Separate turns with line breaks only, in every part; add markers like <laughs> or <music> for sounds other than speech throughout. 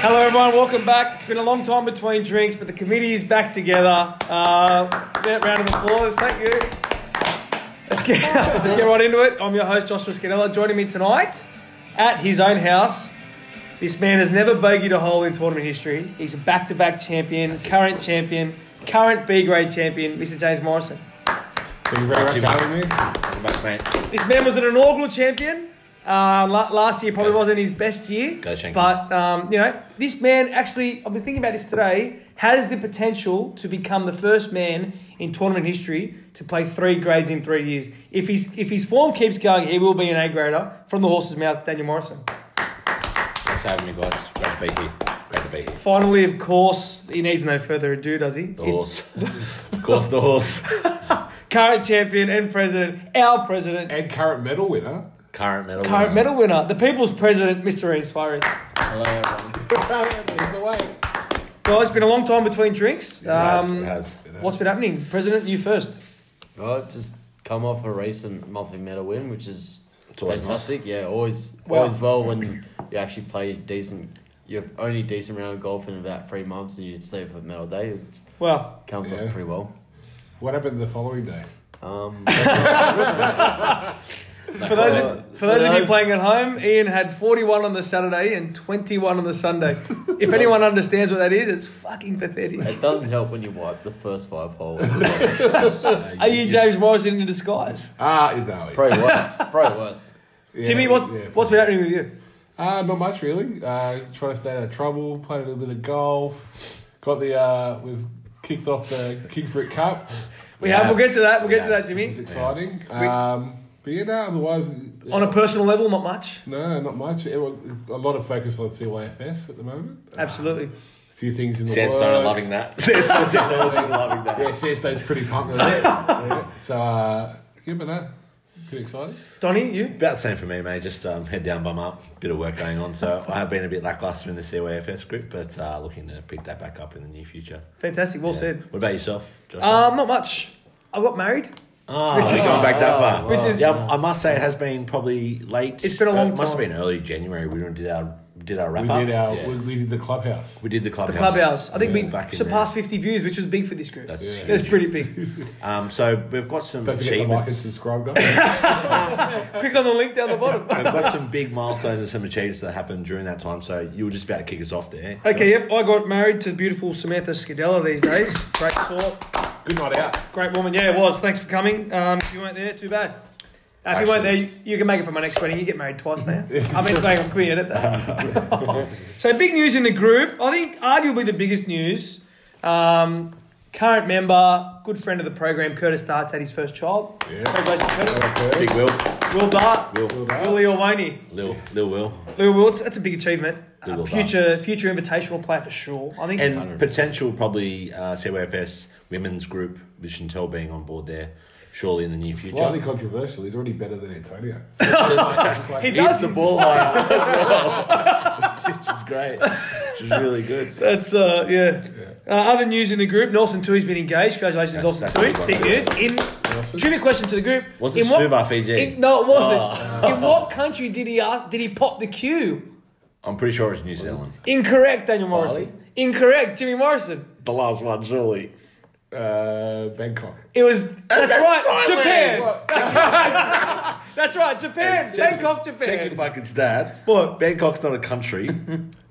Hello, everyone. Welcome back. It's been a long time between drinks, but the committee is back together. Uh, round of applause. Thank you. Let's get, let's get <laughs> right into it. I'm your host, Joshua Scanella. Joining me tonight at his own house, this man has never bogeyed a hole in tournament history. He's a back to back champion, current champion, current B grade champion, Mr. James Morrison.
Thank you very much for
Jimmy.
having me.
Welcome back, mate.
This man was an inaugural champion. Uh, la- last year probably wasn't his best year,
Go Shanky.
but um, you know this man actually. I was thinking about this today. Has the potential to become the first man in tournament history to play three grades in three years. If his if his form keeps going, he will be an A grader from the horse's mouth. Daniel Morrison.
Thanks for having me, guys. Great to be here. Great to be here.
Finally, of course, he needs no further ado, does he?
The
It's
horse. of course, the horse.
current champion and president, our president,
And current medal winner.
Current Um, medal.
current
winner.
medal winner, the people's president, Mr. Ian Suarez.
Hello, everyone. Either way.
Guys, it's been a long time between drinks.
It has,
Um,
it has.
What's been happening? President, you first.
Well, I've just come off a recent multi medal win, which is
always nice.
fantastic. Yeah, always
Well-
always well when you actually play decent. Your only decent round of golf in about three months, and you save for medal day. It
Well,
comes
Yeah.
off pretty well.
What happened the following day?
Um,
for those,
uh,
for those of you
those-
playing at home, Ian had 41 on the Saturday and 21 on the Sunday.
<laughs>
if anyone understands what that is, it's fucking pathetic.
it doesn't help when you wipe the first five holes.
Are you James Morrison in disguise?
Ah, you know. it.
probably worse. Probably worse.
Yeah,
Timmy, what's,
yeah.
what's been happening with you?
Uh, not much really. Uh, trying to stay out of trouble. Played a little bit of golf. Got the uh, we've kicked off the Kingfruit Cup.
We have, we'll get to that. We'll get to that,
Yeah.
It's
Jimmy.
exciting.
We-
Um, but yeah, no, otherwise
On a personal level, not much.
no, not much. Everyone- a lot of focus on CYFS at the moment.
Absolutely.
A few things in the
Sandstone are
works.
loving that. Sandstone are loving <laughs>
Yeah,
that.
CSD's pretty pumped with
<laughs>
it. Yeah. So uh, yeah, but no, pretty exciting.
Donny, you?
About the same for me, mate. Just um, head down, bum up. Bit of work going on. So I have been a bit lackluster in the CYFS group, but uh, looking to pick that back up in the near future.
Fantastic. Well
Yeah.
said.
What about yourself, Josh?
Um, not much. I got married.
Oh,
Which is-
gone back that far.
Which is-
yeah, I must say it has been probably late.
It's been a
uh,
long
It must have
time.
been early January. We did our did our wrap
We
up.
did our
Yeah.
we, we did the clubhouse.
we did the clubhouse.
Clubhouse. I think
Yeah.
we
Back in
surpassed 50 views, which was big for this group.
That's
It
huge.
was pretty
<laughs>
big.
there. Um, so we've got some
Don't forget to like and
achievements.
subscribe, guys.
Click on the link down the bottom.
<laughs> we've got some big milestones and some achievements that happened during that time. So you were just about to kick us off there.
Okay, yep. I got married to beautiful Samantha Scadella these days. Great sort,
Good night out.
great woman. Yeah, it was. Thanks for coming. Um, if you weren't there, too bad. Uh, if you weren't there, you, you can make it for my next wedding. You get married twice
<laughs>
now. I mean, like, I'm queer at that. <laughs> so big news in the group. I think arguably the biggest news. Um, current member, good friend of the program, Curtis Dart's had his first child.
Yeah.
Congratulations, Curtis.
Big Will,
Will Dart.
Will,
Willie Orwani.
Lil, Lil Will,
Lou Wilts, that's a big achievement.
Lou
Uh,
Will Dart.
future future invitational player for sure. I think
and potential probably uh, CWFS women's group with Chantel being on board there. Surely in the near future.
Slightly controversial. He's already better than Antonio.
he
He hits
does
the ball
<laughs>
higher as well, <laughs> which is great, which is really good.
That's uh, yeah. Uh, other news in the group: Nelson Tui's been engaged. Congratulations, Nelson
That's- that's
Tui.
a big one.
Big news. In trivia question to the group:
Was
in
it
what-
Suva, Fiji?
in- no, it wasn't. In what country did he ask, did he pop the queue?
I'm pretty sure it's New Zealand.
Incorrect, Daniel Morrison.
Bali?
Incorrect, Jimmy Morrison.
The last one, surely.
Uh, Bangkok.
It was. That's, right, Japan. <laughs>
What?
That's right, Japan.
Check-
Bangkok,
Check
Japan.
your fucking stats.
What?
Bangkok's not
<laughs>
a country.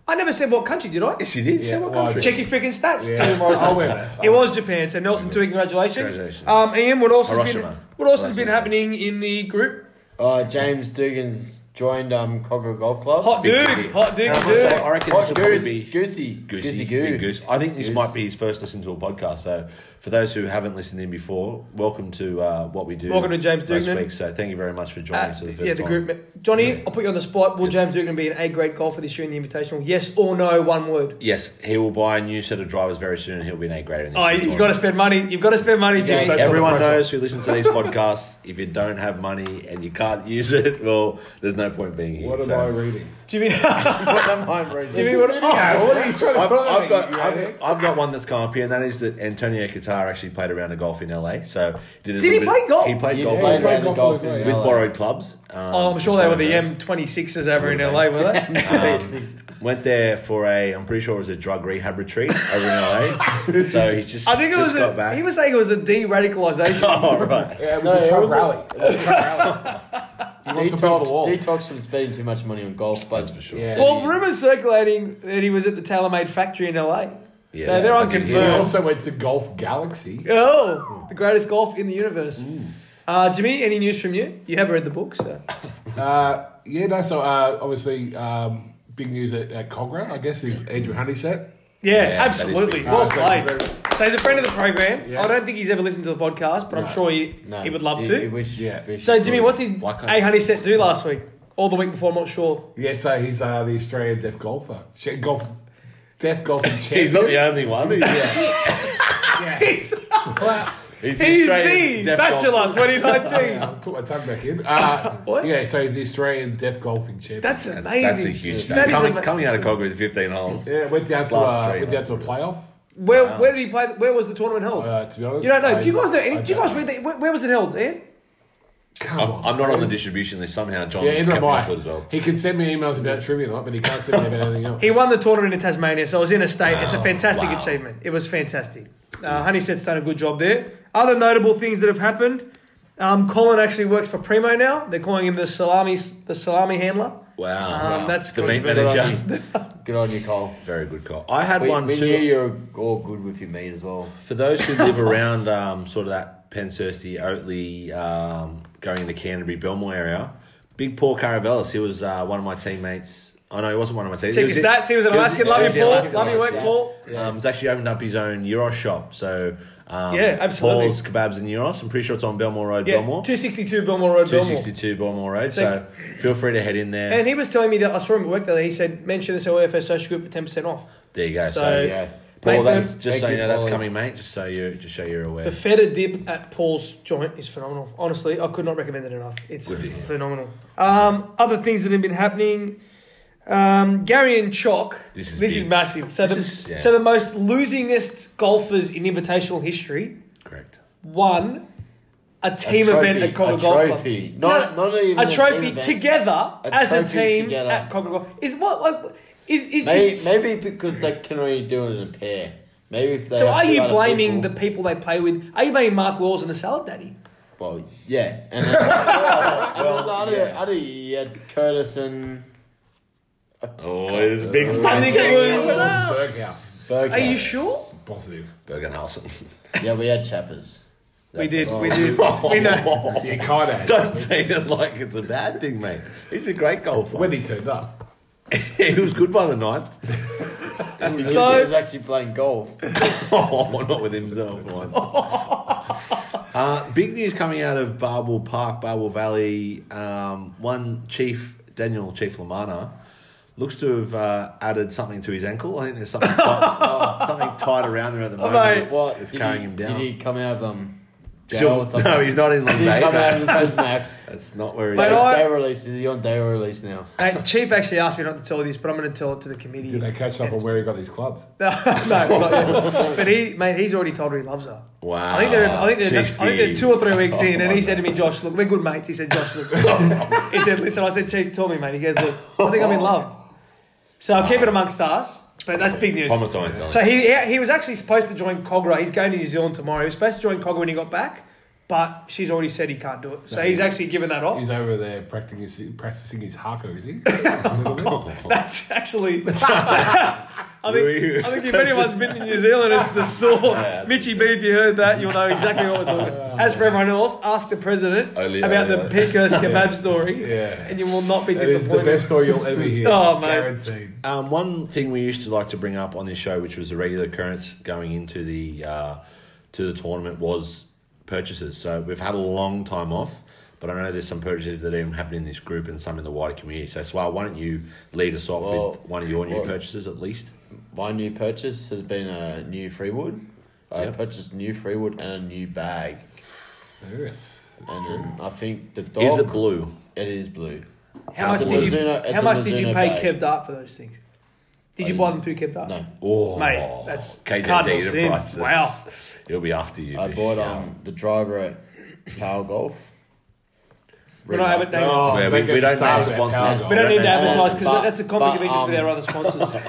I never said what country, did I?
yes, you did.
Yeah,
Say what
well,
country?
Check your freaking stats, Jimmy
Yeah. <laughs>
Morrison.
I'll wear that.
It was Japan. So Nelson Tui, congratulations.
Congratulations.
Um, Ian, what else has been
Hiroshima.
what else has been
Hiroshima.
happening in the group?
Uh, James Dugan's joined um, Cogger Golf Club.
Hot
Big
dude,
ticket.
hot dude,
And I
dude.
must say, I reckon this
Hot
will probably
goose,
be
goosey,
Goosey,
goosey,
Big
goo. <laughs>
Goose. I think this
Goose.
might be his first listen to a podcast. So, for those who haven't listened in before, welcome to uh, what we do.
Welcome to James
most
Dugan.
weeks. So, thank you very much for joining
Uh,
us for the first
yeah, the
time.
group. ma- Johnny, I'll put you on the spot. Will
Yes.
James Dugan be an A grade golfer this year in the Invitational? Yes or no? One word.
Yes, he will buy a new set of drivers very soon, and he'll be an A grader. in this
Oh,
year's
he's got to
tournament.
spend money. You've got to spend money, James.
Yeah,
Don't-
yeah.
Everyone
pressure.
knows who listens to these <laughs> podcasts. If you don't have money and you can't use it, well, there's no point being here.
What am
so.
I reading?
<laughs> Jimmy,
What am I reading?
Jimmy, what? Oh,
what are you trying to
I've,
throw at
I've
me,
got
you
I've,
idiot?
I've got one that's come up here, and that is that Antonio Qatar actually played a round of golf in LA. So did, a
Did
little
he
bit-
play golf?
He played
You
golf
played
with-
around the golf
with
in
with
<laughs> LA.
borrowed clubs. Um,
Oh, I'm sure
just
they were the
playing around. <laughs>
M26s over in LA, were they?
Um, Went there for a, I'm pretty sure it was a drug rehab retreat over in
<laughs>
LA. so he's just,
I think it was.
just got
A,
back.
he
<laughs>
was saying it was a de-radicalization.
oh, right.
Yeah, it was
No,
a
it
Trump
was a-
rally. It was a Trump rally. He wants to build
Detox,
a wall.
detox from spending too much money on golf, but
That's for sure.
Yeah.
well, rumours circulating that he was at the TaylorMade factory in LA.
Yes.
So they're
I mean,
He
unconfirmed.
also went to Golf Galaxy.
Oh, the greatest golf in the universe.
Mm.
Uh, Jimmy, any news from you? You have read the book, so.
Uh, yeah, no, so uh, obviously um, big news at, at Cogra, I guess, is Andrew Honeysett.
Yeah,
Yeah,
absolutely.
that is
big.
Well
Uh, so
played.
very-
So he's a friend of the program.
Yeah.
I don't think he's ever listened to the podcast, but I'm
No.
sure he, he would love to.
Yeah.
so, Jimmy, what did
Why can't
A
you-
Honey Set do last week? Or the week before, I'm not sure.
<laughs> Yeah, so he's uh, the Australian deaf golfer. Sh- golf, deaf golfing
He's
champion.
not the only one. He's, yeah.
yeah.
He's,
Well,
<laughs>
he's,
he's
Australian
the
deaf golfer. <laughs>
Bachelor
yeah,
2019.
I'll put my tongue back in. Uh,
What?
Yeah, so he's the Australian deaf golfing champion.
That's
That's,
amazing.
that's a huge
That
stat.
is
Coming,
ama-
coming out of Cogra with 15 holes.
yeah, went down
His
to
last
a,
three
went down
must
to a playoff.
Where, where did he play? Where was the tournament held?
Uh, to be honest,
you don't know.
I-
do you guys know
I
any? Do you
don't
guys read that? Where, where was it held, Ian?
Come
I'm,
on,
I'm not on the
please.
distribution list. Somehow John's
Yeah,
kept
neither
me
am
off it as
I.
well.
He can send me emails about trivia night, but he can't send me about anything else.
He won the tournament in Tasmania, so I was in a state. it's a
Wow.
fantastic
Wow.
achievement. It was fantastic. Uh, Honeysett's done a good job there. Other notable things that have happened: um, Colin actually works for Primo now. They're calling him the salami, the salami handler.
Wow.
Um, that's
the meat
controversial.
manager.
<laughs>
Good on you, Cole.
Very good call. I had
We,
one
we
too.
knew you were all good with your meat as well.
For those who live around um, sort of that Penshurst, Oatley, um, going into Canterbury, Belmore area, big Paul Caravelas, he was uh, one of my teammates. I know he wasn't one of my teammates.
Check his stats. He was an Alaskan.
in-
Love
he
you,
was in
Paul.
Alaskan
Love your
last
work,
year.
Paul.
Um, he's actually opened up his own Euros shop. So um,
Yeah, absolutely.
Paul's Kebabs and Euros. I'm pretty sure it's on Belmore Road,
Yeah,
Belmore.
two sixty two Belmore Road, Belmore.
262 Belmore Road. So feel free to head in there.
And he was telling me that I saw him at work the other day. He said, "Mention this OFS social group for ten percent off."
there you go. So,
So-
Yeah.
Mate,
Paul, that's,
um,
just so
thank
you
you,
know, that's
Paul.
coming, mate. Just so you, just so you're aware.
The feta dip at Paul's joint is phenomenal. Honestly, I could not recommend it enough. It's
Good to hear.
phenomenal. Um, other things that have been happening. Um, Gary and Chalk.
This is
this
big.
is massive. So the,
This is- yeah.
so the most losingest golfers in invitational history
Correct.
won a team
trophy,
event at Cogger
a
Golf Club.
trophy. Not- not even
a
a
trophy
team event.
together
A
as a
trophy
team
together.
at Cogger Golf. Is what, what is is, is
Maybe, maybe because they can only do it in a pair. Maybe if they
so?
have
Are
two
you
other
blaming
people-
the people they play with? Are you blaming Mark Walls and the Salad Daddy?
Well, yeah. And then,
<laughs>
well,
Well,
and then the other, other, you had Curtis and
Oh, it's a big
I think it was.
Berghouse,
Are
Bergkamp.
you sure?
positive.
Bergenhausen.
Yeah, we had
<laughs>
Chappers.
We did, we did. We know.
Yeah, kind of.
<laughs> Don't say it like it's a bad thing, mate. He's a great golfer.
When he turned up,
<laughs> he was good by the ninth. <laughs>
He was,
So-
he was actually playing golf.
Oh, not with himself. for once.
<laughs>
uh, big news coming out of Barwell Park, Barwell Valley. Um, one chief, Daniel Chief Lamana, looks to have uh, added something to his ankle. I think there's something
<laughs>
tight, oh, something tied around there at the moment.
mate.
It's,
What?
it's
did
carrying
he,
him down.
Did he come out of um, jail
Still-
or something?
no, he's not in
<laughs>
Long
Did he
Bay.
come out of
mate.
the snaps?
<laughs>
That's not where he
But
is.
I-
Day release. Is he on day release now?
Hey, Chief actually asked me not to tell you this, but I'm going to tell it to the committee.
did they catch up on where he got these clubs?
<laughs> no, not yet. But he, mate, he's already told her he loves her.
Wow.
I think they're, I think they're,
Chief
I think they're
Vee.
two or three weeks in, and
Oh,
he
my
said to me, Josh, look, we're good mates. He said, Josh,
<laughs>
look. he said, listen, I said, Chief, tell me, mate. He goes, look, I think I'm in love. So I'll keep it amongst us, but that's big news.
Promise I won't tell
So
him.
he, he he was actually supposed to join Cogra. He's going to New Zealand tomorrow. He was supposed to join Cogra when he got back, but she's already said he can't do it. So he's actually given that off.
He's over there practicing his, practicing his hako, is
<laughs>
he?
That's actually. <laughs> I think, I think if anyone's been in New Zealand, it's the saw.
that's
Mitchy B, if you heard that, you'll know exactly what we're talking about. As for everyone else, ask the president
Only-
about the
only-
Pinkhurst kebab story,
Yeah.
and you will not be
That is the
disappointed.
best story you'll
<laughs>
ever hear.
Oh, mate.
Guaranteed.
Um, one thing we used to like to bring up on this show, which was a regular occurrence going into the uh, to the tournament, was purchases. So we've had a long time off, but I know there's some purchases that even happened in this group and some in the wider community. So, Swar, why don't you lead us off
Well,
with one of your new
well-
purchases at least?
My new purchase has been a new Freewood. I
Yep.
purchased new Freewood and a new bag.
Yes.
And um, I think the dog.
Is it blue?
It is blue.
How much
It's a
did you?
Mizuno- it's
how
a
much did you
Mizuno
pay
bag.
Kev Dart for those things? Did you buy them through Kev Dart?
No,
Oh,
Mate, that's
KJD
cardinal
the
sin.
prices.
Wow.
it'll be after you.
I um,
fish.
bought
Yeah.
um the driver at Power Golf.
We're not
Reebok.
adver- hang on.
Oh,
Yeah, we-
don't
we
get me
don't
started
name
about
sponsors.
Powergirl.
We don't need to advertise because
But-
that's a conflict of
but,
interest with
um,
our other sponsors.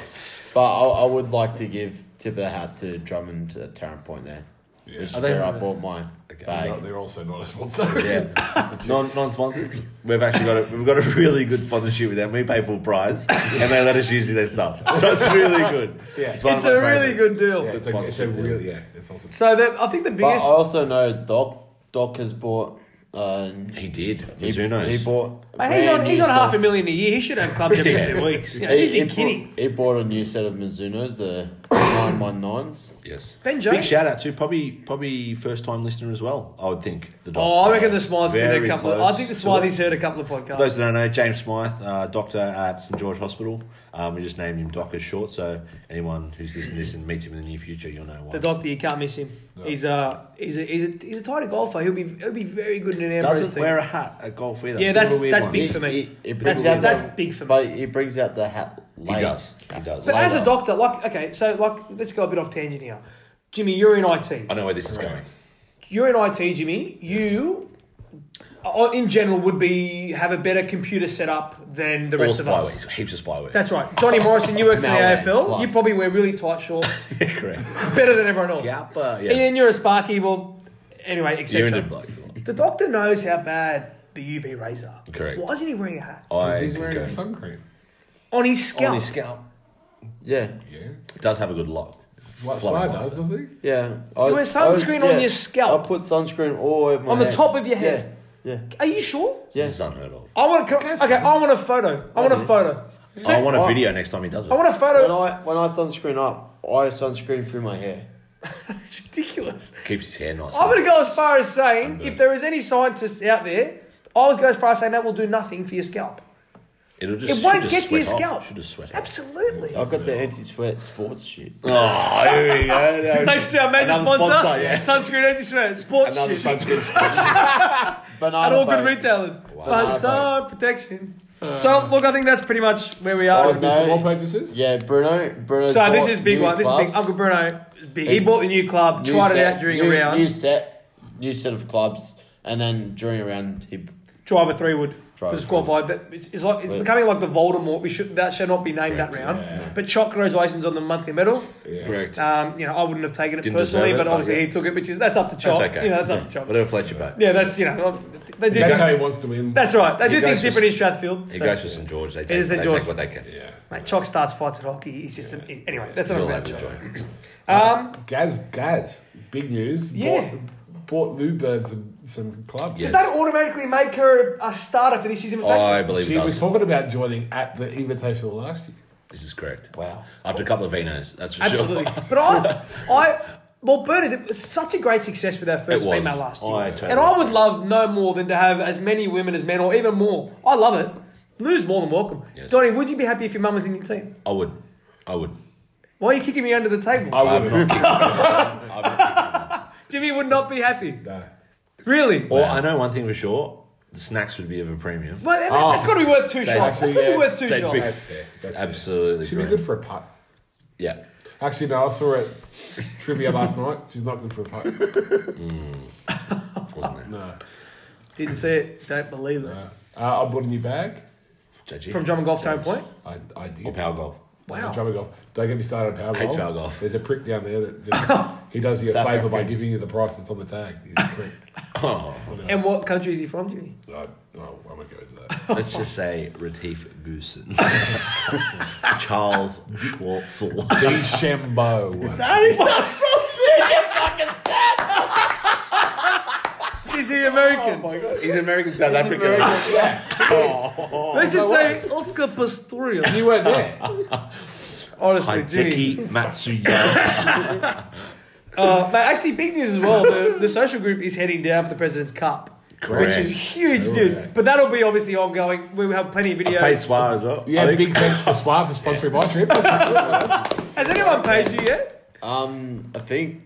But I, I would like to give tip of the hat to Drummond at Tarrant Point there,
Yeah.
which is
Are they-
where I bought my
They're
bag.
not- They're also not a sponsor.
Yeah, <laughs> non non-sponsored. We've actually got a, we've got a <laughs> really good sponsorship with them. We pay full price, and they let us use their stuff, so it's really good.
Yeah.
one of
It's
my
a really
favourites.
good deal.
Yeah, <laughs> it's, a, it's a real, yeah, it's awesome.
So the, I think the
But uh, I
biggest.
also know Doc. Doc has bought. Um,
He did
he,
Mizuno's.
he bought.
Mate, he's on,
brand
he's
new
on half a
set-
million a year. He should have clubs every
Yeah.
two weeks. You know,
he-
is he
he bought-
kidding?
He bought a new set of
<coughs>
Mizuno's, the 919s.
yes.
Ben
Big
Jones.
shout out to probably probably first time listener as well. I would think. The doc.
Oh, I reckon the Smythe's been a
Very
couple. Of,
close
I think the
to
Smythe's
it.
heard a couple of
For those
podcasts.
who don't know, James Smythe, uh, doctor at St George Hospital. Um, we just named him Doc as short, so anyone who's listening to this and meets him in the near future, you'll know why.
The doctor, you can't miss him.
No.
He's a he's a he's a he's a tidy golfer. He'll be he'll be very good in an Ambrose
doesn't
team.
wear a hat at golf either.
Yeah,
Bit of a
that's-
weird
that's
one.
big
He-
for me.
he- he
That's-
brings out
that's
the-
big for me.
But he brings out the hat.
He
Later.
does. He does.
but as a
later.
doctor, like okay, so like let's go a bit off tangent here. Jimmy, you're in IT.
I know where this is going.
You're in IT, Jimmy. You, uh, in general, would be have a better computer setup than the
All
rest of us.
spywares, heaps of spyware.
That's right. Donnie Morrison, you work for the
Malware,
AFL.
plus.
You probably wear really tight shorts,
<laughs>
<laughs>
correct.
better than everyone else.
Yeah, but
And
yeah,
then you're a Sparky, well, anyway,
you're in
etc.
the black.
The doctor knows how bad the UV rays are.
Correct.
Why isn't he wearing a hat?
I
He's wearing
concur.
sun cream.
On his scalp.
on his scalp.
Yeah,
Yeah.
It does have a good look.
What
Fly
Sly does, does he?
yeah. I,
You wear sunscreen on your scalp.
I put sunscreen all over my
On the
head.
top of your head.
Yeah,
Are you sure?
yeah.
This is unheard of.
I want to.
Yes.
Okay, I want a photo. I want a photo. See,
I want a
I-
video next time he does it.
I want a
yeah. When
photo.
I when I sunscreen up, I sunscreen through my hair.
It's ridiculous.
Keeps his hair nice.
I'm going to go as far as saying
good.
if there is any scientists out there, I always go as far as saying that will do nothing for your scalp.
It'll just
It won't
should just
get to your
sweat off.
scalp.
Should just sweat. off.
Absolutely.
I've got the anti-sweat sports shit.
Oh, here
<laughs>
we go.
Thanks to our major
Another
sponsor,
sponsor, yeah.
Sunscreen Anti Sweat, Sports
Another
Shoes,
sunscreen
and
Banana
all good
boat.
retailers.
Banana
But sun protection. So, look, I think that's pretty much where we are.
Oh,
What
no.
what purchases?
Yeah, Bruno. Bruno.
So, this
bought
is big
new
one. This is big.
gloves,
Uncle Bruno, is big. he
Big.
bought the new club,
new
tried it
set-
out during
new,
a round,
New set, new set of clubs, and then during a round he
drive a three wood.
Drive
Because
a
qualified, but it's, it's like it's
But-
becoming like the Voldemort. We should that should not be named that round.
yeah.
But Choc, congratulations on the monthly medal.
Yeah.
Correct.
Um, you know, I wouldn't have taken it
Didn't
personally,
deserve it,
but
but
obviously
yeah.
he took it, which is that's up to Choc.
That's okay.
You know, that's up to Choc.
Whatever floats your boat.
Yeah, that's you know they do.
That's
things-
how he wants to win.
That's right. They
He
do
goes
things
for-
different in Strathfield.
He
so-
goes for St George. They
is
take,
St.
they
George.
take what they can.
yeah.
Mate, Chalk starts fights at hockey. He's just an, he's, anyway. That's
It's
not
all
about
over
Chalk.
George.
Um,
Gaz, Gaz, big news.
Yeah.
Bought, bought Lou Bird some, some clubs.
does
Yes.
that automatically make her a starter for this season?
I
invitation?
believe it
She was
does.
talking about joining at the Invitational last year.
This is correct.
Wow.
After a couple of vinos, that's for
Absolutely.
sure.
But I, I, well, Bernard, it was such a great success with our first
It was.
female last year,
I totally
and I would love no more than to have as many women as men, or even more. I love it. Lou's more than welcome.
Yes.
Donnie, would you be happy if your mum was in your team?
<laughs> I would. I would.
Why are you kicking me under the table?
I would not.
Jimmy would not be happy.
No.
Really?
Or I know one thing for sure: the snacks would be of a premium.
Well, that,
Oh.
has got to be worth two shots. That's
actually,
got to be
yeah,
worth two
they'd
shots.
ah. be-
That's fair. That's
Absolutely.
Fair. She'd be
brilliant.
good for a putt.
Yeah.
Actually, no, I saw it trivia last <laughs> night. She's not good for a putt.
Wasn't
Uh,
there?
No.
Didn't see it. Don't believe it.
Uh, I bought a new bag.
JG.
From Drummond Golf Tone Point.
I, I did.
Or
<laughs>
power golf.
Wow.
Drummer golf. Don't get me started on power
Hates
golf.
power golf.
There's a prick down there that
<laughs>
just, he does you a
South
favour by
African.
giving you the price that's on the tag. He's a
<laughs>
prick.
Oh,
And what country is he from, Jimmy?
I, no, I won't go into that.
<laughs> let's just say Retief Goosen. <laughs> Charles Schwartzel.
<laughs>
DeChambeau.
Is he American?
He's American South African.
Let's just say Oscar Pistorius.
you weren't there.
<laughs> Honestly, Jimmy.
Hideki Matsuya.
Uh, but actually, big news as well. The, the social group is heading down for the President's Cup,
Correct. Oh,
which is huge
Correct.
news. But that'll be obviously ongoing. We'll have plenty of
I played
videos.
Swar as well. I
Yeah,
think.
big thanks for Spa for
<laughs>
sponsoring my trip.
Has anyone paid you yet?
Um, I think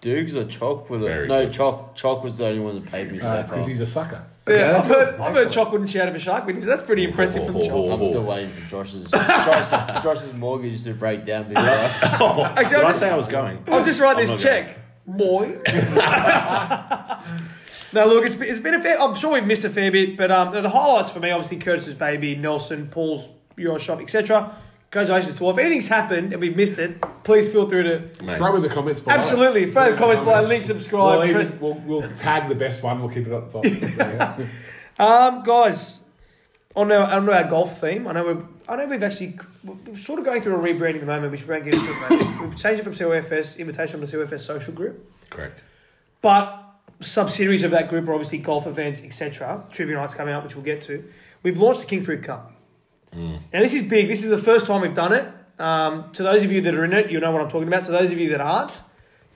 Dukes or Chalk were the,
Very
no
good.
Chalk. Chalk was the only one that paid me so far.
Because Uh, he's a sucker.
Yeah, I've
that's
heard,
good.
I've heard Chalk wouldn't shout out of a shark video. That's pretty impressive from
<laughs>
Chalk.
I'm still waiting for Josh's Josh, Josh's mortgage to break
<laughs>
down. Before I,
Actually,
Did
I'll
I
just,
say I was going?
I'll just write this
not
check. Boy. No, look, it's been, it's been a fair. I'm sure we've missed a fair bit, but um, the highlights for me, obviously, Curtis's baby, Nelson, Paul's Euroshop, etc. Congratulations to all. If anything's happened and we've missed it, please feel through to
Mate.
Throw in the comments below.
absolutely.
Throw in
Further
the
comments below, link, subscribe.
We'll,
press-
even, we'll, we'll tag the best one. We'll keep it
<laughs>
up top. Yeah.
Um, guys, on our, on our golf theme, I know we're, I know we've actually we're sort of going through a rebranding at the moment, which we won't get into it, mate. We've changed it from COFS invitation to COFS social group,
Correct.
but subsidiaries of that group are obviously golf events, etc. Trivia nights coming up, which we'll get to. We've launched the King Fruit Cup. Now this is big. This is the first time we've done it. Um, to those of you that are in it, you know what I'm talking about. To those of you that aren't,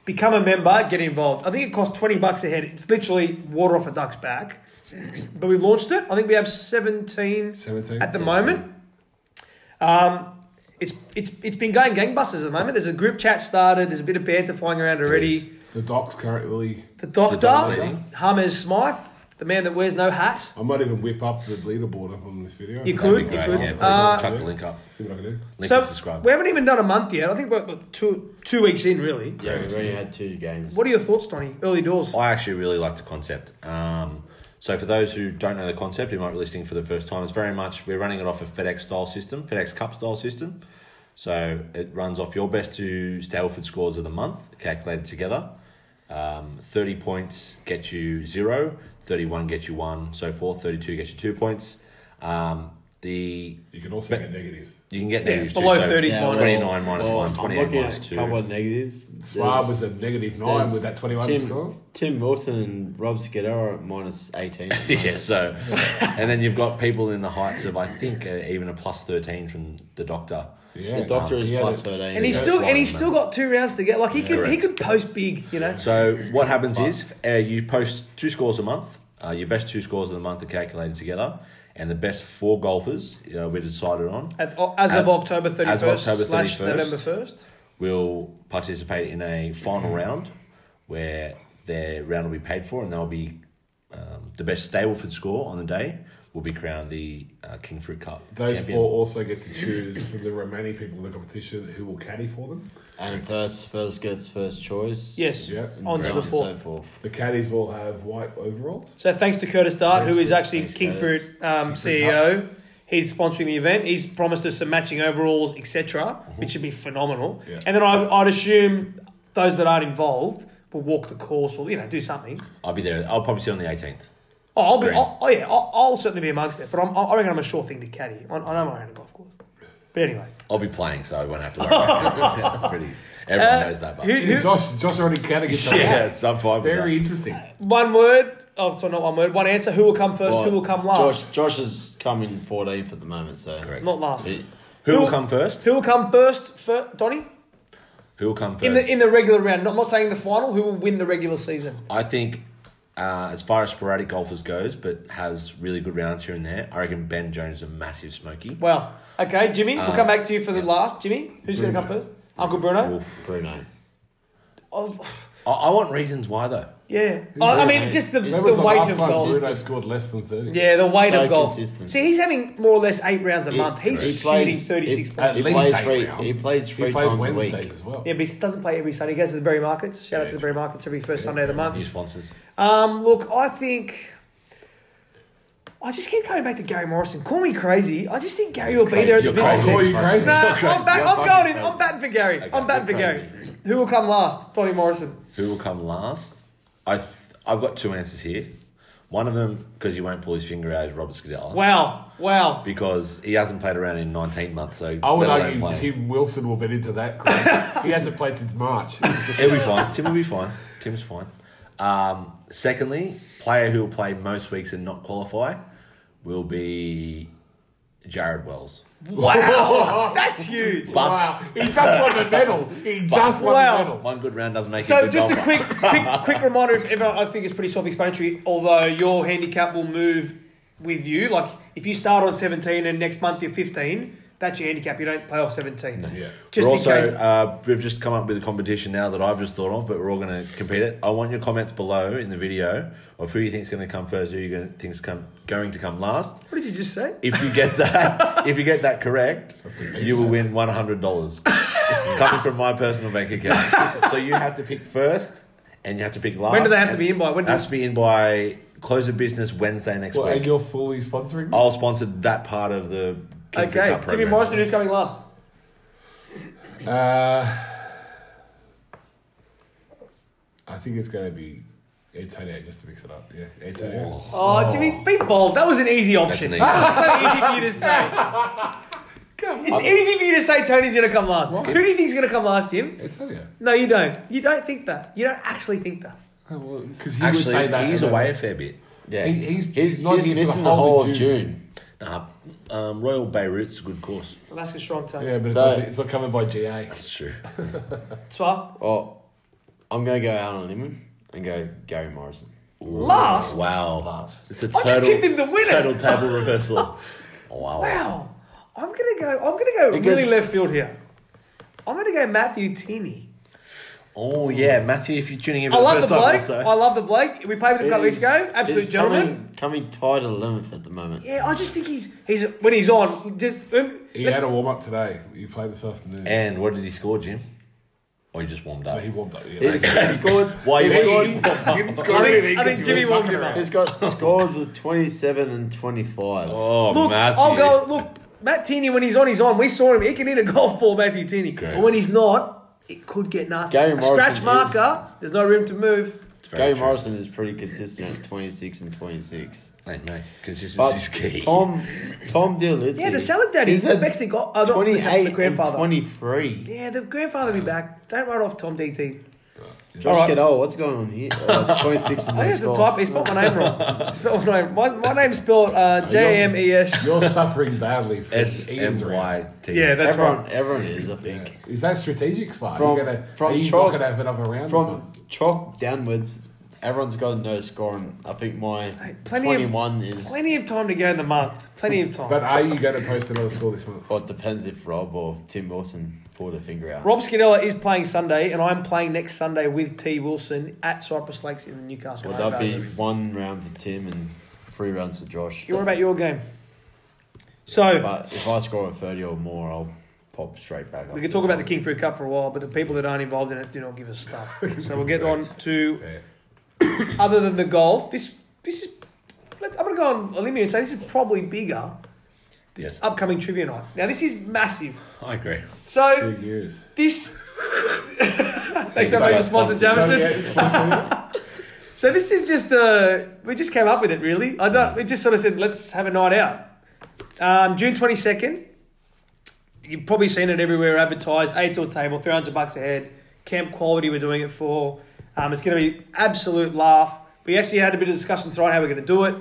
become a member, get involved. I think it costs 20 bucks a head. It's literally water off a duck's <coughs> back. But we've launched it. I think we have 17
Seventeen.
at the moment. Um, it's, it's, it's been going gangbusters at the moment. There's a group chat started. There's a bit of banter flying around
Yes.
already.
The doc's currently.
The doctor,
dog's leading.
James Smythe, the man that wears no hat.
I might even whip up the leaderboard up on this video.
You
That'd
could,
be
you
great.
could.
Yeah, please
Uh,
chuck the link up.
See what I can do.
Link
so
and subscribe.
we haven't even done a month yet. I think we're, we're two, two weeks in, really.
Yeah, we've only had two games.
What are your thoughts, Donny? Early doors.
I actually really like the concept. Um, so for those who don't know the concept, who might be listening for the first time, it's very much we're running it off a FedEx style system, FedEx Cup style system. So it runs off your best two Stableford scores of the month, calculated together. Um, 30 points get you zero, 31 gets you one, so forth, 32 gets you two points. Um, the
You can also get negatives.
you can get
Yeah,
negatives
below
too, so
30 is
Yeah, well,
29 minus
well,
one,
I'm
28
looking
minus
at
two.
A couple of negatives.
Swab
There's-
was a negative nine
there's
with that twenty-one
Tim,
score.
Tim Wilson and Rob Scudero are at minus 18.
<laughs> yeah, so, and then you've got people in the heights of I think uh, even a plus thirteen from the doctor.
Yeah.
the doctor is
Yeah,
plus
the-
13.
And he's
Yeah.
still and
Right,
he's still
man.
got two rounds to get. Like he could he
Correct.
could post big, you know.
So what happens is uh, you post two scores a month. Uh, your best two scores of the month are calculated together, and the best four golfers uh, we decided on
At, as of
At-
October thirty
as of
first
October
slash
31st.
November first.
will participate in a final
Mm-hmm.
round where their round will be paid for, and they'll be um, the best Stableford score on the day will be crowned the uh, King Fruit Cup
Those
champion.
four also get to choose from the remaining people in the competition who will caddy for them.
And first, first gets first choice.
Yes.
Yeah.
And
On
so
to
on
the
and
fourth.
so forth.
The caddies will have white overalls.
So thanks to Curtis Dart, who
Thanks,
is actually
thanks,
King
Curtis.
Fruit um,
King Fruit
CEO. He's sponsoring the event. He's promised us some matching overalls, etc., which should be phenomenal.
Yeah.
And then I, I'd assume those that aren't involved will walk the course or you know do something.
I'll be there. I'll probably see you on the eighteenth.
Oh, I'll be.
Great.
Oh, oh yeah, I'll, I'll certainly be amongst it. But I'm, I reckon I'm a sure thing to caddy. I, I know my own golf course. But anyway,
I'll be playing, so I won't
<laughs>
have to worry. about it. That's pretty. Everyone
Uh,
knows that. But
who- who-
Josh, Josh already
<laughs>
caddy gets
yeah, it's sub five.
Very interesting.
one word. Oh, sorry, not one word. One answer. Who will come first?
Well,
who will come last?
Josh, Josh is coming 14th at the moment, so.
Correct.
Not last.
He-
Who will
Who-
come first?
Who will come first, for Donny?
Who will come first?
In the in the regular round. I'm not saying the final. Who will win the regular season?
I think, uh, as far as sporadic golfers goes, but has really good rounds here and there. I reckon Ben Jones is a massive smoky.
Well, okay, Jimmy. we'll
Uh,
come back to you for the last. Jimmy, who's going to come
Bruno.
first? Uncle Bruno.
Oof.
Bruno.
Oh,
I, I want reasons why though.
yeah. I, I mean,
Bruno.
just the,
When
the,
When was the
weight
last
of
time
golf.
Bruno scored less than 30?
Yeah, the weight
So
of golf.
consistent.
See, he's having more or less eight rounds a
He-
month. He's
he
shooting
plays-
thirty six
he-
points.
He
least
plays
eight
three.
rounds.
He plays
He
three
plays
times a
Wednesdays
week.
as well.
Yeah, but he doesn't play every Sunday. He goes to the Berry Markets. Shout out to the Berry Markets every first Sunday of the month.
New sponsors.
Um, look, I think. I just keep coming back to Gary Morrison. Call me crazy. I just think Gary will be there at the
You're
I'll
business.
crazy.
call you
Nah,
crazy.
Nah,
<laughs> You're crazy.
I'm, back,
You're
I'm
fucking
going in. I'm
crazy.
batting for Gary.
Okay,
I'm batting for
you're
Gary. Who will come last? Tony Morrison.
Who will come last? I th- I've got two answers here. One of them because he won't pull his finger out is Robert Scudella
Wow.
<laughs>
Wow. <laughs>
because he hasn't played around in 19 months. So
I would
let alone
argue
play.
Tim Wilson will get into that. crowd. he hasn't played since
<laughs>
March.
He'll be fine. Tim will be fine. Tim's fine. Um, secondly, player who will play most weeks and not qualify will be Jared Wells.
Wow. That's huge.
But-
Wow. He just won the medal. He just won
Wow.
the medal.
One good round doesn't make you a
So
good
just a
golfer. <laughs>
quick, quick, quick reminder. If ever, I think it's pretty self-explanatory. Although your handicap will move with you. Like if you start on seventeen and next month you're fifteen, that's your handicap. You don't play off seventeen.
Yeah.
Just
we're
in
also,
case.
uh, we've just come up with a competition now that I've just thought of, but we're all going to compete it. I want your comments below in the video of who you think's going to come first, who you gonna, think's come, going to come last.
What did you just say?
If you get that, if you get that correct, you will win one hundred dollars coming from my personal bank account. so you have to pick first and you have to pick last.
When do they have to
and
be in by? When do-
has to be in by close of business Wednesday next
Well, and
week.
you're fully sponsoring them?
I'll sponsor that part of the King Fruit
Okay,
Cup
Jimmy
program.
Morrison, who's coming last? Oh.
Uh, I think it's going to be Antonio just to mix it up. Yeah, Antonio.
Oh, Jimmy, be bold. That was an easy option.
an easy-
That was so easy for you to say.
<laughs>
It's easy for you to say Tony's going to come last. Who do you think's going to come last, Jim?
Antonio.
No, you don't. You don't think that. You don't actually think that.
Because Oh, well, 'cause he would say that.
Actually, he's
and
away a fair bit.
Yeah,
He- he's- he's
he's,
not
he's
here for the
missing the
whole
whole
of
of June.
Nah, um, Royal Beirut's a good course.
Alaska Strong
then-
Tony.
Yeah, but it's
So-
not- it's not covered by GA.
That's true.
Twa.
Oh, I'm gonna go out on a limb and go Gary Morrison.
Last?
Wow.
Last.
It's
I
a total,
just tipped him to win it.
total
<laughs>
table reversal. wow.
Wow. I'm gonna go I'm gonna go
Because-
really left field here. I'm gonna go Matthew Tini.
Oh, yeah. Matthew, if you're tuning in for
I love the
the first
bloke.
time
I love the bloke. We played with him a couple weeks ago. Absolute
He's
gentleman.
Coming, coming tied to limit at the moment.
Yeah, I just think he's he's when he's on, just um,
He had a warm up today. He played this afternoon.
Eh.
And what did he score, Jim? Or he just warmed
No,
up?
he warmed up. Yeah,
He's, he's scored.
Why
he's
you-
scored-
I think, I think Jimmy warmed him up.
He's got scores of 27 and 25.
Oh,
Look,
Matthew.
I'll go look. Matt Tini, when he's on, he's on. We saw him. He can hit a golf ball, Matthew Tini.
Great.
But when he's not, it could get nasty.
Gary
a scratch
Morrison
marker. There's no room to move.
It's very
Gary
true.
Morrison is pretty consistent at 26 and 26.
Hey, mate, consistency
But
is key.
Tom, Tom Dillitz.
Yeah, the salad daddy.
He's
The
had
Mexican go- uh, not the-
28
the grandfather.
and 23.
Yeah, the grandfather will be back. Don't write off Tom DT.
Josh
Alright.
Cadell, what's going on here?
<laughs>
Uh, 26 and
I think it's a
24.
type. He spelled my name wrong. He spelled my name. My, my name's spelled
Oh,
uh, J M E S.
You're suffering badly from
S M
Ian's round.
Y T.
Yeah, that's
everyone,
right.
everyone is, I think.
Is that strategic spot?
From-
you're gonna,
from
are you
chalk-
not gonna have another round? this
From
month?
chalk downwards, everyone's got no score, and I think my
Hey, plenty of-
21 is.
Plenty of time to go in the month. Plenty of time.
But are you gonna post another score this month?
Well, it depends if Rob or Tim Wilson pulled a finger out.
Rob Scadella is playing Sunday, and I'm playing next Sunday with T Wilson at Cypress Lakes in the Newcastle.
Well, that'd be
Arena.
one round for Tim and three rounds for Josh.
You worry about your game. So
But if I score a 30 or more, I'll pop straight back up.
we could talk about the King Fruit Cup for a while, but the people that aren't involved in it do not give a stuff. <laughs> So we'll get on to <coughs>
Fair.
other than the golf. This this is. Let's, I'm going to go on a limb here and say this is probably bigger.
Yes,
Upcoming trivia night. Now this is massive.
I agree.
So
Big news.
this. Thanks so much for
our
sponsor,
sponsors.
Jamison.
Yeah,
So this is just uh, we just came up with it really. I don't. We just sort of said let's have a night out. Um, June twenty second. You've probably seen it everywhere advertised. Eight to a table, three hundred bucks a head. Camp quality, we're doing it for. Um, it's going to be absolute laugh. We actually had a bit of discussion tonight how we're going to do it.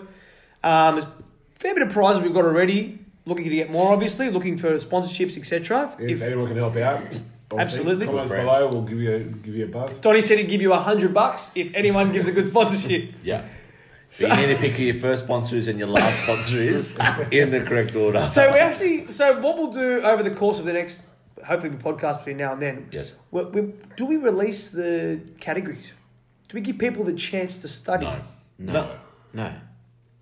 Um, there's a fair bit of prizes we've got already. Looking to get more, obviously. Looking for sponsorships, etc.
if
If
anyone can help out, obviously,
Absolutely.
Comments
Great.
below, we'll give you a, give you a buzz.
Donny said he'd give you a hundred bucks if anyone gives a good sponsorship.
Yeah. So you need to pick who your first sponsor is and your last sponsor is in the correct order.
So we actually, so what we'll do over the course of the next, hopefully, the podcast between now and then.
Yes.
We, we, do we release the categories? Do we give people the chance to study?
No. No.
No. No.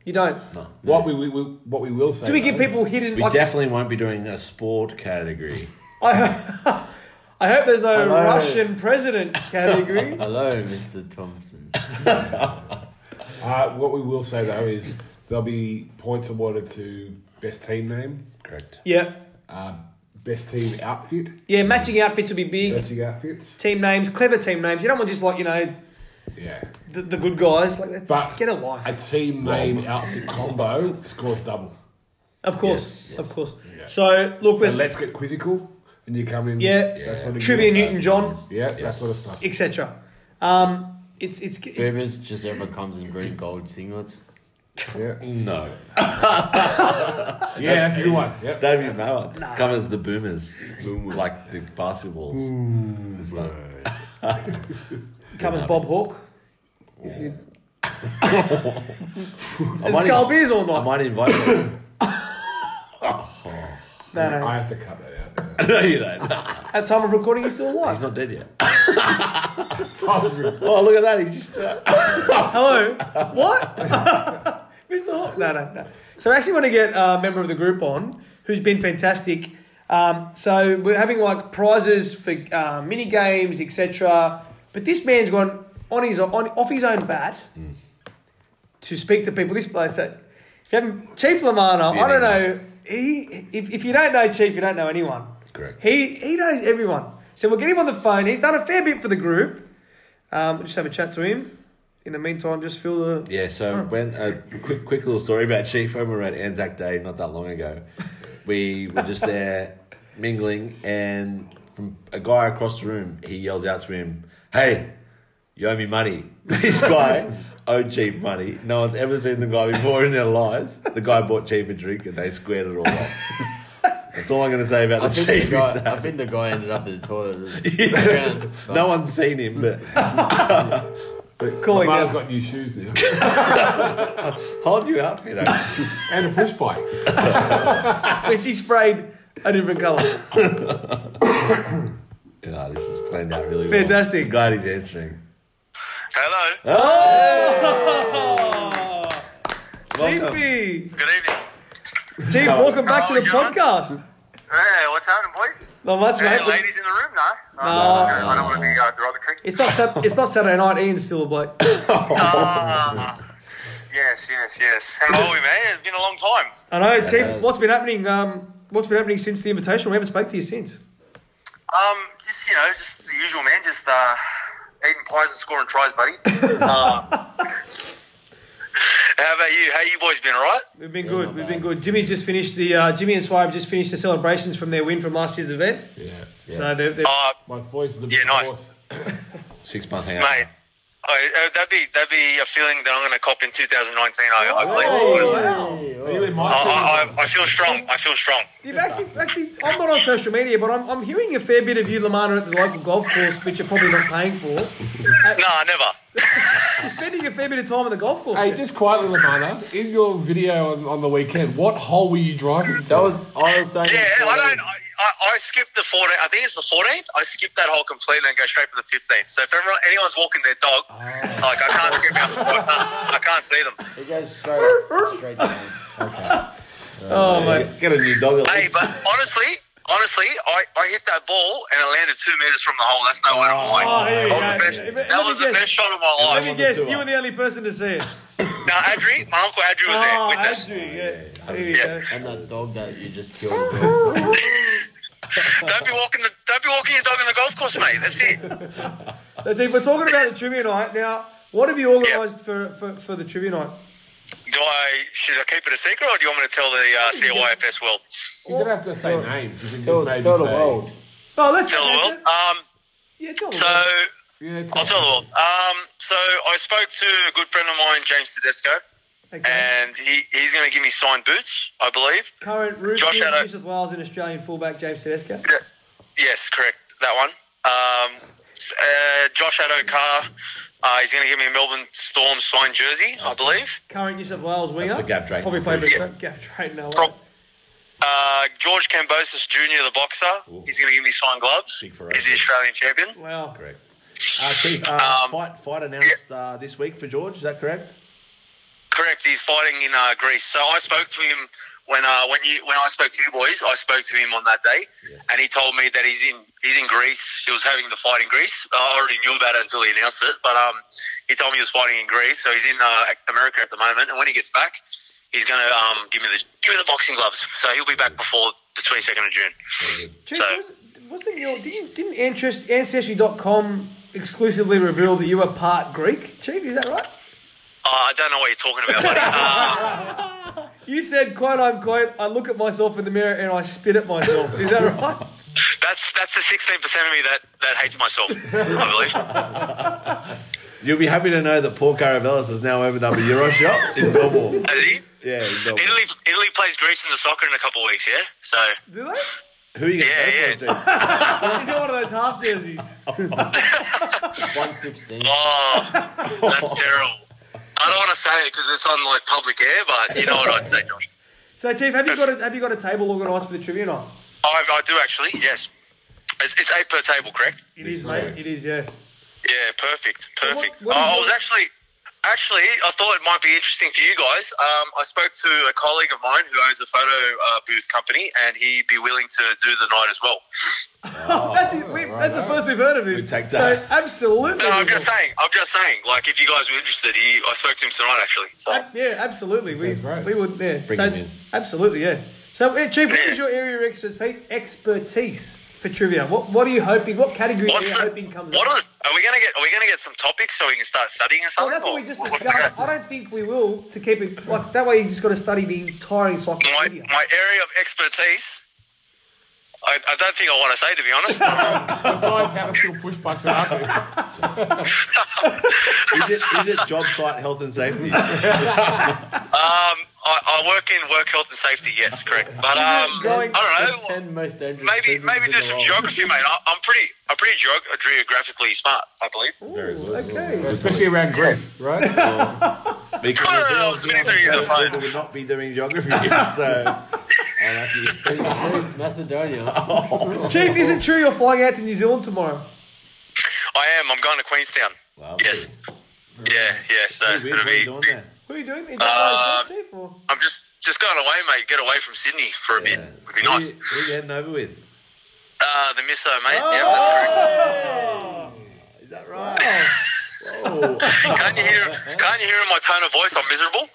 You don't.
No.
What we, we, we what we will say.
Do we
though,
give people hidden?
We
like,
definitely won't be doing a sport category.
<laughs> I, I hope there's no
Hello.
Russian
<laughs>
president category.
Hello, Mr. Thompson.
Uh, what we will say though is there'll be points awarded to best team name,
Correct.
yeah.
uh, best team outfit,
Yeah. Matching outfits will be big.
matching outfits.
Team names, clever team names. You don't want just like you know
Yeah,
the, the good guys. Like that's,
But-
get a life.
a team name outfit combo scores double.
of course, of course.
Yeah.
So look,
So
with
let's get quizzical, and you come in.
Yeah.
that's what
trivia, Newton John,
Yeah, that sort of stuff.
etc. Um, it's it's, it's
Beavers just ever comes in green gold singlets.
Yeah,
No.
yeah, that's a good one. Yep.
That'd be that one. Covers the boomers. Like the basketballs. It's like-
Coming Bob Hawke. <laughs>
I,
And
might
skull
inv-
beers or
I
not?
might
<coughs>
invite them.
No, no.
I have to cut that
<laughs>
out.
no, you don't.
At time of recording, he's still
He's
alive.
not dead yet.
Tyler,
Oh, look at that. He's just. Uh,
Hello. what? <laughs> Mr. Hawke. No, no, no. So I actually want to get a member of the group on who's been fantastic. Um, so we're having like prizes for uh, mini games, etc. But this man's gone on his on off his own bat to speak to people. This place that if you haven't- Chief Lamana,
Yeah,
I don't
they
know. He if, if you don't know Chief, you don't know anyone.
Correct.
He he knows everyone. So we'll get him on the phone. He's done a fair bit for the group. Um, we'll just have a chat to him. In the meantime, just fill the
Yeah, so when a quick, quick little story about Chief when we were at Anzac Day not that long ago. We were just there mingling, and from a guy across the room, he yells out to him, "Hey, you owe me money." <laughs> This guy owed Chief money. No one's ever seen the guy before in their lives. The guy bought Chief a drink, and they squared it all up. That's all I'm going to say about
I
the
think,
Chief.
the guy,
is
I
that
think the guy ended up in the toilet.
<laughs> no one's seen him, but
But
Cool,
Lamana's
yeah.
got new shoes now
hold your outfit. Actually.
and a push
<laughs>
bike.
which he sprayed a different colour.
You know, this is planned out really well.
Fantastic.
The guy is answering.
Hello.
<laughs> Oh, Chiefy,
Good evening.
Chief, welcome back to the
How are you?
podcast.
Hey, what's happening, boys?
Not much, mate.
Any ladies in the room? No. No.
No.
I don't want to be uh, derogatory.
It's not Sat- it's not Saturday night. Ian's still a bloke.
Ah. yes, yes, yes. How are we, man? It's been a long time.
I know, Chief.
does.
What's been happening? Um, what's been happening since the invitation? We haven't spoke to you since.
Um, just you know, just the usual, man. Just uh, eating pies and scoring tries, <laughs> buddy. uh, how about you? How you boys been? All right?
We've been good. We've been good. Jimmy's just finished the uh, Jimmy and Swibe just finished the celebrations from their win from last year's event.
Yeah.
So they're, they're
Uh,
My voice is a
Yeah,
bit
nice.
hoarse.
Six month hangout.
mate. Oh, uh, that'd be that'd be a feeling that I'm going to cop in 2019. I, I believe.
Oh,
I,
wow.
Are you in my
I, I, I feel strong. I feel strong.
You've actually, actually, I'm not on social media, but I'm, I'm hearing a fair bit of you, Lamana, at the local golf course, which you're probably not paying for.
Nah, never.
You're spending a fair bit of time on the golf course.
Hey,
Jeff.
just quietly, Lamana, in your video on, on the weekend, what hole were you driving to?
That was I was saying.
Yeah, I don't. I, I, I skipped the 14th. I think it's the 14th. I skipped that whole completely and go straight for the 15th. So if everyone, anyone's walking their dog,
Oh.
like I can't skip out. I, I can't see them.
It goes straight, straight down.
oh, mate.
Get a new dog. at
Hey,
least.
but honestly, honestly, I, I hit that ball and it landed two meters from the hole. That's no way to lie.
Oh, here we
That was the
go.
best.
Let me
That was the
guess.
best shot of my
Let me
life.
guess, you were the only person to see
<laughs>
it.
Now, Adri, my uncle Adri was there.
Oh,
Witness.
Andrew, yeah. There you
Yeah.
go.
And that dog that you just killed. as well.
Don't be walking the. Don't be walking your dog on the golf course, mate.
<laughs>
That's it.
So, Chief, we're talking about the trivia night. Now, what have you organised for, for, for the trivia night?
Do I? Should I keep it a secret, or do you want me
<laughs>
to tell the uh, CYFS world?
You don't have to say names. You can
Tell,
just maybe
tell the
say,
world.
Oh, let's
Tell the world. Um.
Yeah, tell the world.
So.
Yeah,
I'll tell the world. Um, so I spoke to a good friend of mine, James Tedesco,
Okay.
Mm-hmm.
and he, he's going to give me signed boots, I believe.
Current rookie,
Josh Addo.
New South Wales and Australian fullback James Tedesco.
Yeah, Yes, correct. That one. Um, s- uh, Josh Addo Carr, uh, he's going to give me a Melbourne Storm signed jersey, I believe.
Current New South Wales winger.
for Gav Drayton.
Probably played for
Yeah.
Gav Drayton. No,
Prob- Uh, George Cambosis Jr., the boxer, he's going to give me signed gloves.
Big for
He's the
us.
Australian champion.
wow.
Correct. Uh, Chief, uh,
Um,
fight fight announced uh, this week for George. Is that correct?
Correct. He's fighting in uh, Greece. So I spoke to him when uh, when you when I spoke to you boys. I spoke to him on that day, and he told me that he's in he's in Greece. He was having the fight in Greece. I already knew about it until he announced it, but um, he told me he was fighting in Greece. So he's in uh, America at the moment, and when he gets back, he's gonna um, give me the give me the boxing gloves. So he'll be back before the twenty second of June.
Chief,
So-
was- wasn't your didn't, didn't interest, ancestry.com exclusively reveal that you were part Greek? Chief, is that right?
Uh, I don't know what you're talking about, buddy. Uh,
You said, quote unquote, I look at myself in the mirror and I spit at myself. Is that right? <laughs>
that's that's the sixteen percent of me that that hates myself. I believe.
You'll be happy to know that Paul Caravellas has now opened up a Euro shop in
<laughs>
Melbourne.
Is he?
Yeah, in Melbourne.
Italy, Italy plays Greece in the soccer in a couple of weeks, yeah. So
Do they?
Who are you going to go for, Chief?
Yeah,
Is it one of those half jerseys?
116.
<laughs> oh, that's terrible. I don't want to say it because it's on like public air, but you know what I'd say, Josh.
So, Chief, have you got a, have you got a table organised for the trivia night?
I, I do actually. Yes, it's, it's eight per table, correct?
It is, mate. It is, yeah.
Yeah, perfect,
what-
perfect.
what is
I, I
your-
was actually, Actually, I thought it might be interesting for you guys. Um, I spoke to a colleague of mine who owns a photo uh, booth company, and he'd be willing to do the night as well.
that's it. We, that's the first we've heard of him.
Oh, We take
So
that.
absolutely.
No, I'm just saying. I'm just saying. Like, if you guys were interested, he, I spoke to him tonight actually. So
Ab- Yeah, absolutely. We,
Sounds great.
we would. Yeah.
Bring
so,
him in.
Absolutely. Yeah. So, yeah, Chief, what is your area of expertise, expertise for trivia? What What are you hoping? What category are
what's
you
the,
hoping comes
what
up?
are, the- are we gonna get? Are we gonna get some topics so we can start studying or
Well,
something?
that's what
or
we just
what's the
discussed.
go?
I don't think we will to keep it like that way. You just got to study the entire
my,
encyclopedia.
my area of expertise. I, I don't think I want to say to be
<laughs>
honest. Um,
Besides how to still push bucks and up.
Is it, is it job site health and
<laughs>
safety?
um, I, I work in work health and safety. Yes, correct. But um, I
Going-
don't know.
Ten most dangerous.
Maybe
businesses
maybe
in
do
the
some
world.
geography, mate. I, I'm pretty I'm pretty geog- geographically smart, I believe.
Very well.
Okay.
Especially around Greece,
<laughs>
right?
Because
No, no, no, I was
if they
gonna
don't
throw you
do
the
it,
phone.
we will not be doing geography. <laughs> So
Greece, Macedonia.
Chief, is it true you're flying out to New Zealand tomorrow?
I am. I'm going to Queenstown.
Wow.
Yes. Yeah, yeah. So
we're
it'll be.
doing that.
Who are you doing? Are you doing by
Uh,
yourself, Chief? Or?
I'm just just going away, mate. Get away from Sydney for a bit. Would be
Who
nice.
you- Who you heading over with?
Uh, the misso, mate.
Oh,
Yeah, that's correct.
Is that right? Whoa.
Can't you hear? Can't you hear in my tone of voice? I'm miserable.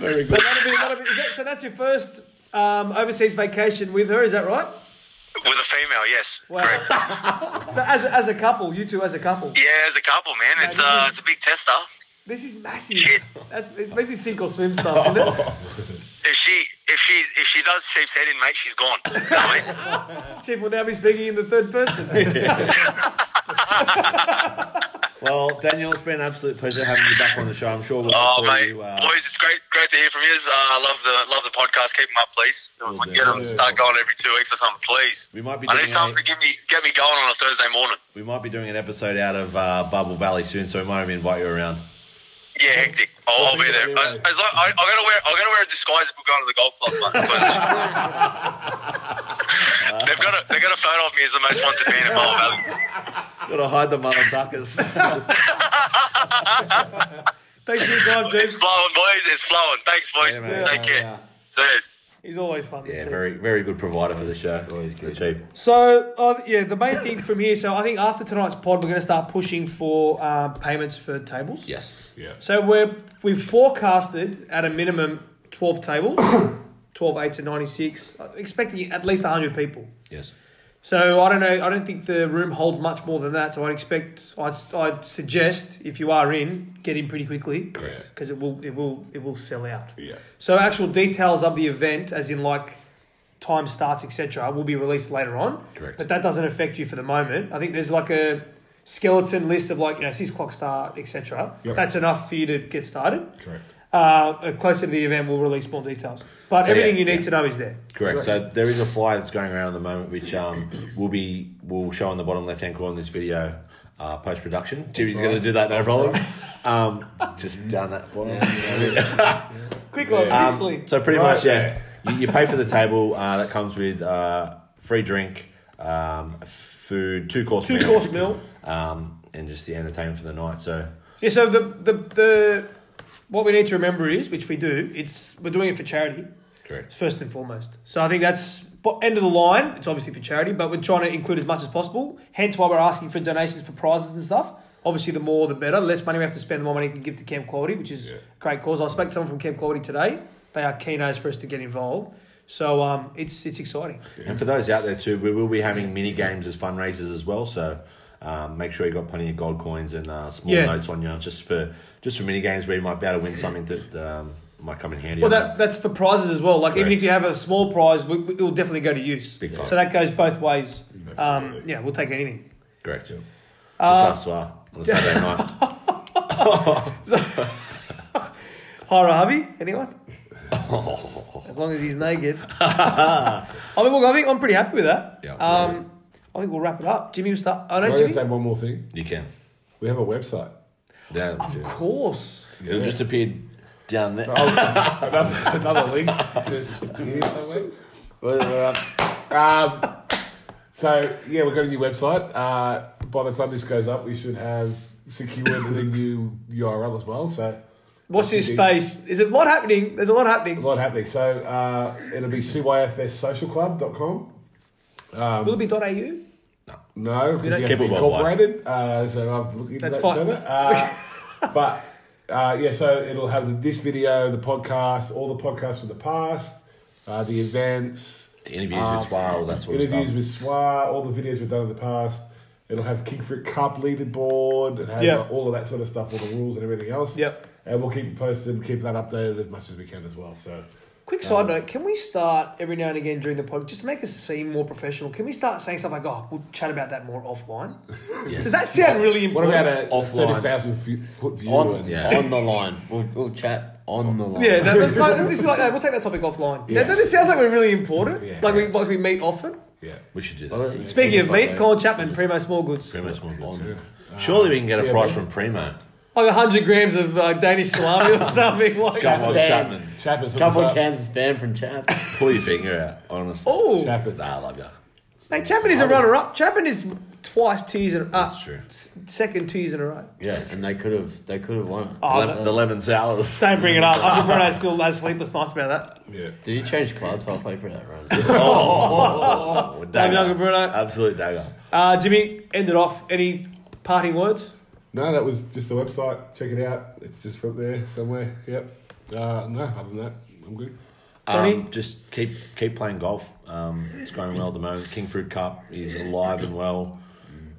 Very good.
But that'll be, that'll be, is that, so that's your first um, overseas vacation with her. Is that right?
With a female, yes.
Wow. <laughs> But as a- as a couple, you two as a couple.
Yeah, as a couple, man. It's
this
uh,
is-
it's a big tester.
This is massive.
Shit.
That's it's basically sink or swim stuff. Isn't
<laughs>
it?
If she if she if she does sheep's head in, mate, she's gone. No, mate.
Chief will now be speaking in the third
<laughs>
person.
Well, Daniel, it's been an absolute pleasure having you back on the show. I'm sure we'll
Oh,
look forward
mate,
to, uh,
boys, it's great great to hear from you. Uh, love the love the podcast. Keep them up, please. We can
do.
get them start going every two weeks or something, please.
We might be
I need
doing
something
a-
to give me get me going on a Thursday morning.
we might be doing an episode out of uh, Bubble Valley soon, so we might even invite you around.
Yeah, hectic. I'll, I'll be there. As, as long, I, I'm gonna wear I'm gonna wear a disguise if we're going to the golf club. mate,
<laughs>
because- they've got a they've got a photo of me as the most wanted man in Marvel Valley.
Gotta hide the mother suckers.
<laughs>
Thanks for your time,
It's
Chief.
flowing, boys. It's flowing. Thanks, boys.
Yeah, mate.
Take care. Cheers.
He's always fun. the
yeah,
Chief.
very very good provider for the show.
Always good.
The chief.
So uh, yeah, the main thing from here. So I think after tonight's pod, we're going to start pushing for um, payments for tables.
Yes.
So we're we've forecasted at a minimum twelve <coughs> tables, 12, 8 to ninety six, expecting at least hundred people.
Yes.
So I don't know. I don't think the room holds much more than that. So I'd expect. I'd, I'd suggest if you are in, get in pretty quickly.
Correct.
Because it will. It will. It will sell out.
Yeah.
So actual details of the event, as in like time starts, etc., will be released later on.
Correct.
But that doesn't affect you for the moment. I think there's like a skeleton list of like you know six o'clock start, etc.
Yep.
That's enough for you to get started.
Correct.
Uh, closer to the event, we'll release more details. But
So,
everything
yeah,
you need
yeah.
to know is there.
Correct. So there is a flyer that's going around at the moment, which um, will be will show on the bottom left hand corner of this video, uh, post production. Jimmy's going to do that, no problem. Um, just down that bottom.
Quick one,
Yeah.
this link.
Um, So pretty
Right
much, yeah, you, you pay for the table uh, that comes with uh, free drink, um, food, two course,
Two course meal.
um, and just the entertainment for the night. So
Yeah, so the, the the what we need to remember is, which we do, it's we're doing it for charity
correct.
first and foremost. So I think that's bo- end of the line. It's obviously for charity, but we're trying to include as much as possible. Hence why we're asking for donations for prizes and stuff. Obviously, the more the better. The less money we have to spend, the more money we can give to Camp Quality, which is a great cause. I spoke to someone from Camp Quality today. They are keen as for us to get involved. So um, it's it's exciting.
And for those out there too, we will be having mini games as fundraisers as well. So um, make sure you got plenty of gold coins and uh, small
Yeah.
notes on you, just for just for mini games where you might be able to win something that um, might come in handy.
Well,
on
that, that's for prizes as well. Like even
Correct.
if you have a small prize, we, we, it will definitely go to use.
Big time.
So that goes both ways. Um,
Absolutely.
yeah, we'll take anything.
Correct. Just us uh, on a
<laughs>
Saturday night.
Hira Harvey, anyone?
<laughs>
As long as he's naked. I mean, look, I think I'm pretty happy with that.
Yeah, yeah.
um, I think we'll wrap it up. Jimmy will start. Oh,
Can
no,
I just
Jimmy?
say one more thing?
You can.
We have a website.
Yeah,
Of course.
It'll just appear down there.
another, another link. Just here somewhere.
We're- we're up.
Um, So yeah, we've got a new website. Uh, by the time this goes up, we should have secured the new URL as well. So
What's this space? There's a lot happening. There's a lot happening.
a lot happening. So uh, it'll be cyfssocialclub.com.
Will it be .au?
No,
don't-
because you have to be
Keep it worldwide.
incorporated. Uh, so I've looked into
That's
that
fine.
further.
<laughs>
Uh, but uh, yeah, so it'll have the, this video, the podcast, all the podcasts of the past, uh, the events,
The interviews with Swale, that sort of
Ah, Um, interviews
stuff.
with Swa, all the videos we've done in the past. It'll have King Fruit Cup leaderboard and have
Yeah.
uh, all of that sort of stuff, all the rules and everything else.
Yep.
And we'll keep posted, keep that updated as much as we can as well. So
Quick
Um,
side note: Can we start every now and again during the pod, just to make us seem more professional? Can we start saying stuff like, "Oh, we'll chat about that more
<laughs>
offline"? Does that sound really
what
important?
about a
Offline.
30,000 fu- foot view?
On,
and-
Yeah.
on the line. We'll, we'll chat on the line.
yeah, that, that's, like, let's just be like, no, we'll take that topic offline.
Yeah.
That, that just sounds like we're really important.
Yeah.
Like we like we meet often.
yeah.
We should do
Well,
that.
it's
Speaking of meat,
fucking-
eh?
Colin Chapman, Primo Small Goods,
Primo Small Goods. Surely we can get a
yeah,
price
but-
from Primo.
like hundred grams of uh, Danish salami
<laughs>
or something like.
Come on,
Spam.
Chapman.
Chapman's hooked
Couple
us
of
up.
cans of spam from Chap.
Pull your finger out, honestly.
Oh,
Chapman's.
Nah, I love you.
Mate, Chapman is a runner-up. Chapman is twice twos in a row. Uh,
That's true.
Second twos in a row.
Yeah, and they could have they could have won.
Oh,
Lem- the lemon sours.
Don't bring it up. I'm Bruno still has sleepless nights about that.
Yeah.
Did you change clubs halfway through that run?
Oh,
Dagger, Bruno.
Absolute dagger.
Uh, Jimmy, end it off. Any parting words?
No, that was just the website. Check it out. It's just up there somewhere. Yep. Uh, no, other than that, I'm good.
Tony?
Um, just keep keep playing golf. Um, it's going well at the moment. King Fruit Cup is alive and well.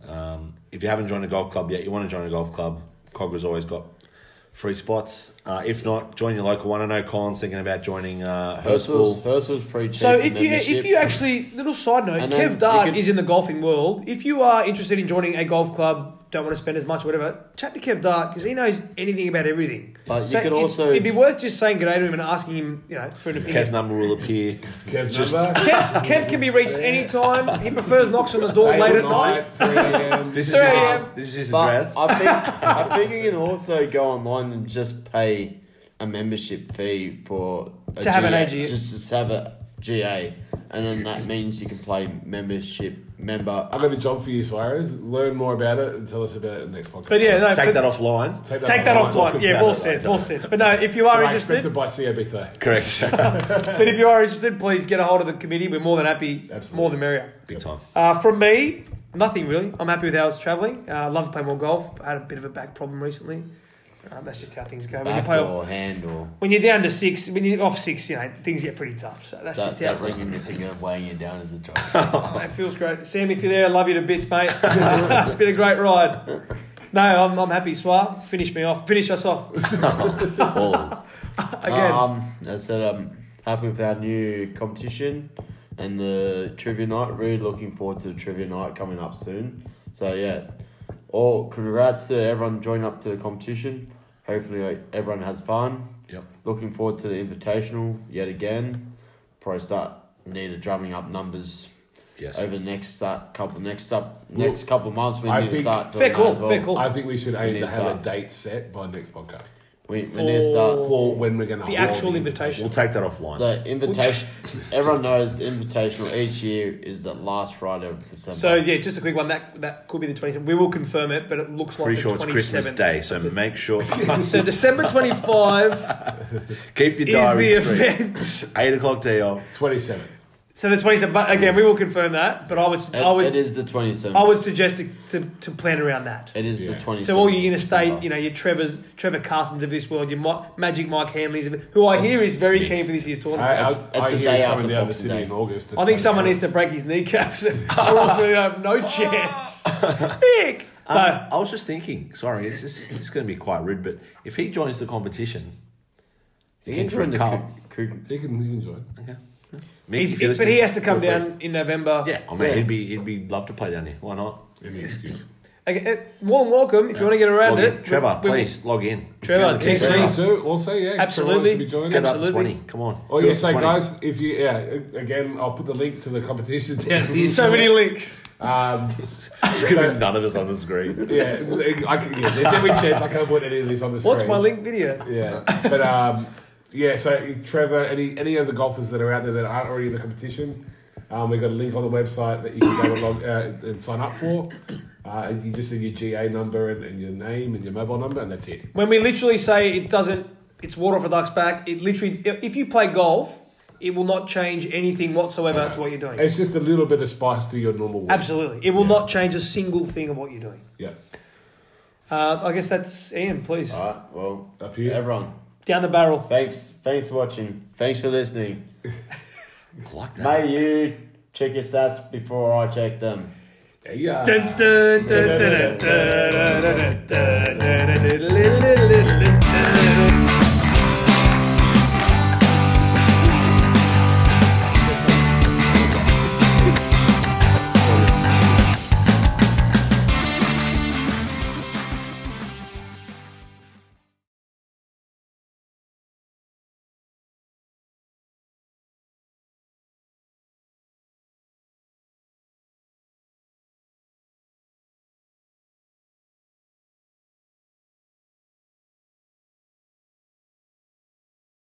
Um, if you haven't joined a golf club yet, you want to join a golf club. Cogra's always got free spots. Uh, if not, join your local one. I know Colin's thinking about joining uh, her
Herschel's,
school.
Herschel's pretty cheap.
So if you
membership.
if you actually little side note,
And then
Kev Dart
you could-
is in the golfing world. If you are interested in joining a golf club, don't want to spend as much, or whatever, chat to Kev Dart because he knows anything about everything.
But you
So
could
it's-
also-
it'd be worth just saying good day to him and asking him, you know, for an
Kev's
opinion.
number will appear.
Kev's
Just-
<laughs>
number.
Kev, Kev can be reached anytime. He prefers knocks on the door
Eight
late at night.
3 a.m.
<laughs> This is
3
his,
a.m.
this is his
But
address.
I think I think you can also go online and just pay a membership fee for a
To have an
GA,
AGA.
just to have a GA, and then that means you can play membership member.
I've got a job for you, Suarez. Learn more about it and tell us about it in the next podcast.
But yeah, no,
Take
but-
that offline.
Take that offline. Yeah,
that
well
offline.
said, well said. But no, if you are
Are
interested,
expected by COB today.
Correct.
<laughs>
but if you are interested, please get a hold of the committee. We're more than happy.
Absolutely.
More than merrier.
Big time.
Uh, from me, nothing really. I'm happy with how it's travelling. Uh, love to play more golf. I had a bit of a back problem recently. Um, that's just how things go. When you
Back
play off,
or hand or
when you're down to six, when you're off six, you know things get pretty tough. So that's
that,
just how. <laughs>
that ring in your finger weighing you down as a driver.
Oh, it feels great, Sam. If you're there, I love you to bits,
<laughs>
mate. <laughs> it's been a great ride. No, I'm, I'm happy. Swar, finish me off. Finish us
<laughs>
off
Balls.
again.
Um, as I said, I'm happy with our new competition and the trivia night. Really looking forward to the trivia night coming up soon. So yeah, all congrats to everyone joining up to the competition. Hopefully like, everyone has fun.
Yep.
Looking forward to the invitational yet again. Probably start need to drumming up numbers
Yes.
over the next start couple next up next couple of months. We
I
need to
think-
start doing
Fair
that
call,
as well.
fair call.
I think we should aim
need
to
to
have a
start.
date set by next podcast.
We, we need to start
For when we're going to
the actual invitation.
We'll take that offline.
The
<laughs>
invitation, everyone knows the invitational each year is the last Friday of December.
So yeah, just a quick one. That that could be the 27th. We will confirm it, but it looks like
Pretty
the
sure it's
27th.
Christmas Day, so
<laughs>
make sure
So December 25
keep your
is
<laughs> diary
the
free.
event.
Eight o'clock deal.
27th.
So the 27th. But again, we will confirm that. But I would
It-
I would
it is the twenty
I
seventh.
would suggest to, to, to plan around that.
It is
Yeah.
the twenty seventh.
So all your interstate, you know, your Trevor's Trevor Carsons of this world, your Mi- Magic Mike Hanleys, of, who I hear is very keen for this year's
I,
tournament.
I,
That's- that's
I hear
the
he's
day
coming
after
down to
Boxing
Sydney
Day.
in August.
I think someone needs to break his kneecaps, <laughs> or else we have
<laughs>
no chance. Big. No.
I was just thinking. Sorry, it's just, it's going to be quite rude, but if he joins the competition,
You
King
can join the
Fruit Cup.
Coo- Coo-
He can, he can join.
okay. Mick,
He's,
if you're
but he
listening,
has to come
feel free.
down in November.
Yeah, I mean,
Yeah.
he'd be he'd be love to play down here. Why not?
Any
<laughs>
excuse.
Okay, eh, warm welcome if you want to get around
Log
it.
in. Trevor,
We- we-
please log in.
Trevor,
Go to the team,
text
Trevor.
me.
Please do. Also, yeah, if someone wants
Absolutely.
to be joining us.
Get up to
Absolutely.
twenty. Come on.
Oh
Do
yeah,
it
so
20.
guys, if you yeah, again, I'll put the link to the competition down.
There's so many links.
<laughs> Um,
It's going to be none of us on the screen.
yeah, I can, yeah, there's every chance I can't put any of this on the screen.
What's my link video?
Yeah, but um, yeah. So Trevor, any any of the golfers that are out there that aren't already in the competition, Um, we've got a link on the website that you can go and, log, uh, and sign up for. Uh, you just need your GA number and, and your name and your mobile number, and that's it.
When we literally say it doesn't, it's water off a duck's back. It literally, if you play golf, it will not change anything whatsoever to what you're doing.
It's just a little bit of spice to your normal work.
Absolutely, it will not change a single thing of what you're doing.
Yeah.
Uh, I guess that's Ian. Please
All right, well,
Up here.
everyone,
down the barrel.
thanks, thanks for watching, thanks for listening.
I like that.
May you check your stats before I check them.
Yeah.
Dun, dun, dun, dun, dun, dun, dun, dun, dun, dun, dun, dun, dun, dun, dun, dun, dun.